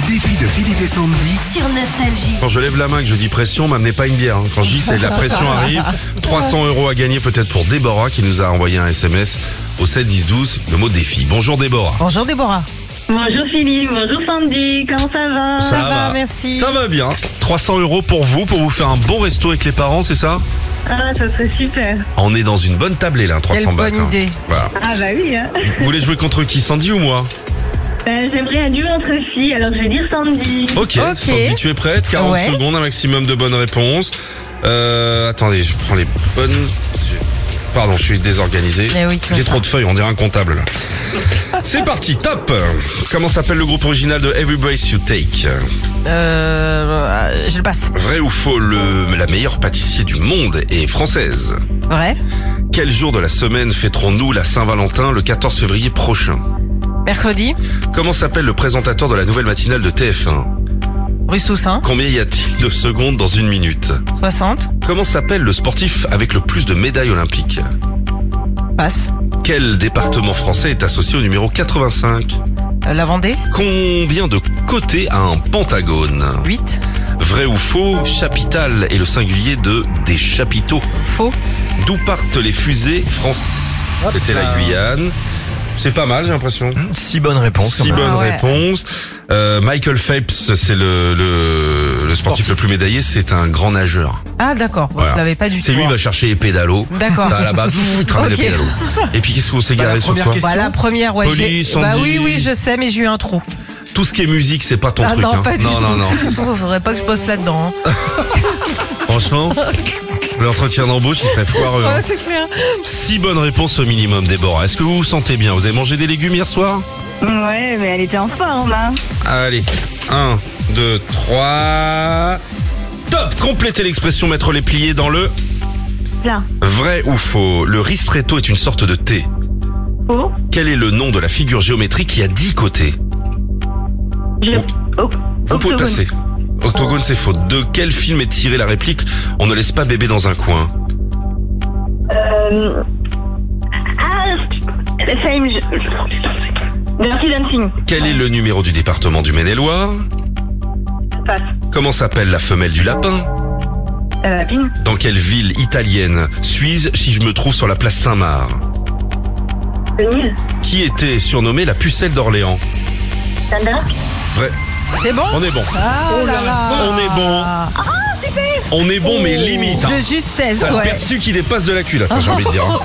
Philippe et Sandy. sur Nostalgie. Quand je lève la main et que je dis pression, m'amenez pas une bière. hein. Quand je dis c'est la pression arrive, 300 euros à gagner peut-être pour Déborah qui nous a envoyé un SMS au 7 10 12 le mot défi. Bonjour Déborah. Bonjour Déborah. Bonjour Philippe, bonjour Sandy, comment ça va Ça va, merci. Ça va bien. 300 euros pour vous, pour vous faire un bon resto avec les parents, c'est ça Ah, ça serait super. On est dans une bonne tablée là, 300 Quelle balles. bonne hein. idée. Voilà. Ah bah oui, hein. Vous voulez jouer contre qui, Sandy ou moi Ben, J'aimerais un duo entre filles, alors je vais dire Sandy. Ok, Ok. Sandy, tu es prête 40 Ouais. secondes, un maximum de bonnes réponses. Euh, attendez, je prends les bonnes. Je- Pardon, je suis désorganisé. Eh oui, tu J'ai vois trop de feuilles, on dirait un comptable. là. C'est parti, top Comment s'appelle le groupe original de Every Breath You Take Euh, je le passe. Vrai ou faux, le, la meilleure pâtissier du monde est française. Vrai. Quel jour de la semaine fêterons-nous la Saint-Valentin le 14 février prochain Mercredi. Comment s'appelle le présentateur de la nouvelle matinale de TF1 Rue Soussaint. Combien y a-t-il de secondes dans une minute 60. Comment s'appelle le sportif avec le plus de médailles olympiques Passe. Quel département français est associé au numéro 85 Euh, la Vendée. Combien de côtés a un pentagone 8. Vrai ou faux, chapital est le singulier de des chapiteaux. Faux. D'où partent les fusées France C'était la Guyane. C'est pas mal, j'ai l'impression. Si bonne réponse. Si bonne Mmh. Ah ouais. réponse. Euh, Michael Phelps, c'est le, le, le sportif le plus médaillé, c'est un grand nageur. Ah d'accord. Bon, Voilà. Je l'avais pas du tout. C'est lui qui va hein. chercher les pédalos. D'accord. T'as là-bas, il travaille Ok. les pédalos. Et puis qu'est-ce qu'on s'est garé sur quoi Bah, la première, ouais. j'ai- Police, bah Sandy. oui, oui, je sais, mais j'ai eu un trou. Tout ce qui est musique, c'est pas ton ah truc. non, hein. pas du non, tout. non, non. Oh, faudrait pas que je bosse là-dedans. hein. Franchement, l'entretien d'embauche, il serait foireux. hein. Ouais, c'est clair. Six bonnes réponses au minimum, Déborah. Est-ce que vous vous sentez bien Vous avez mangé des légumes hier soir Ouais, mais elle était en forme, hein. Allez, 1, 2, 3. Top Complétez l'expression mettre les pliés dans le Là, vrai ou faux. Le ristretto est une sorte de thé. oh, Quel est le nom de la figure géométrique qui a 10 côtés je... Oh, Vous pouvez octogone. passer. Octogone, c'est faux. De quel film est tirée la réplique On ne laisse pas bébé dans un coin Euh... Ah, same, je... Dirty Dancing, Quel est le numéro du département du Maine-et-Loire passe. Comment s'appelle la femelle du lapin Euh, Pin, Dans quelle ville italienne suis-je si je me trouve sur la place Saint-Marc Denise, Qui était surnommée la pucelle d'Orléans Thunder. Vrai. C'est bon On est bon. Ah là là. On est bon. On est bon, mais limite. De Hein. justesse, T'as le ouais. perçu qui dépasse de la culotte, hein, j'ai envie de dire. hein.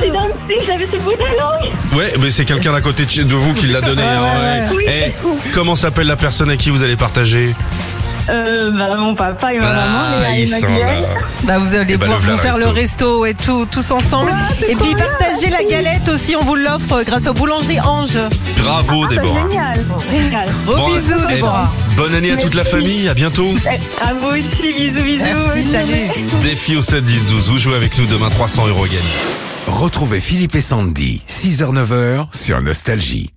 C'est Dancing, j'avais ce bout de la langue. Ouais, mais c'est quelqu'un d'à côté de de vous qui l'a donné. hein, ouais. Eh, comment s'appelle la personne à qui vous allez partager Euh, bah, mon papa et ma maman, Ah, et ils ma sont gueule. là. Bah vous allez Eh ben, pouvoir le v'là, vous faire le le resto et tout, tous ensemble. et puis partagez la galette aussi, on vous l'offre euh, grâce aux boulangeries Ange. Bravo, Déborah. Génial, génial. Gros Bon, bisous eh, Déborah. Bonne année à toute la famille, à bientôt. À vous aussi, bisous, bisous. Merci, Bonne salut. journée. Défi au 7 10 12. Vous jouez avec nous demain 300 euros gagnés. Retrouvez Philippe et Sandy, 6h-9h sur Nostalgie.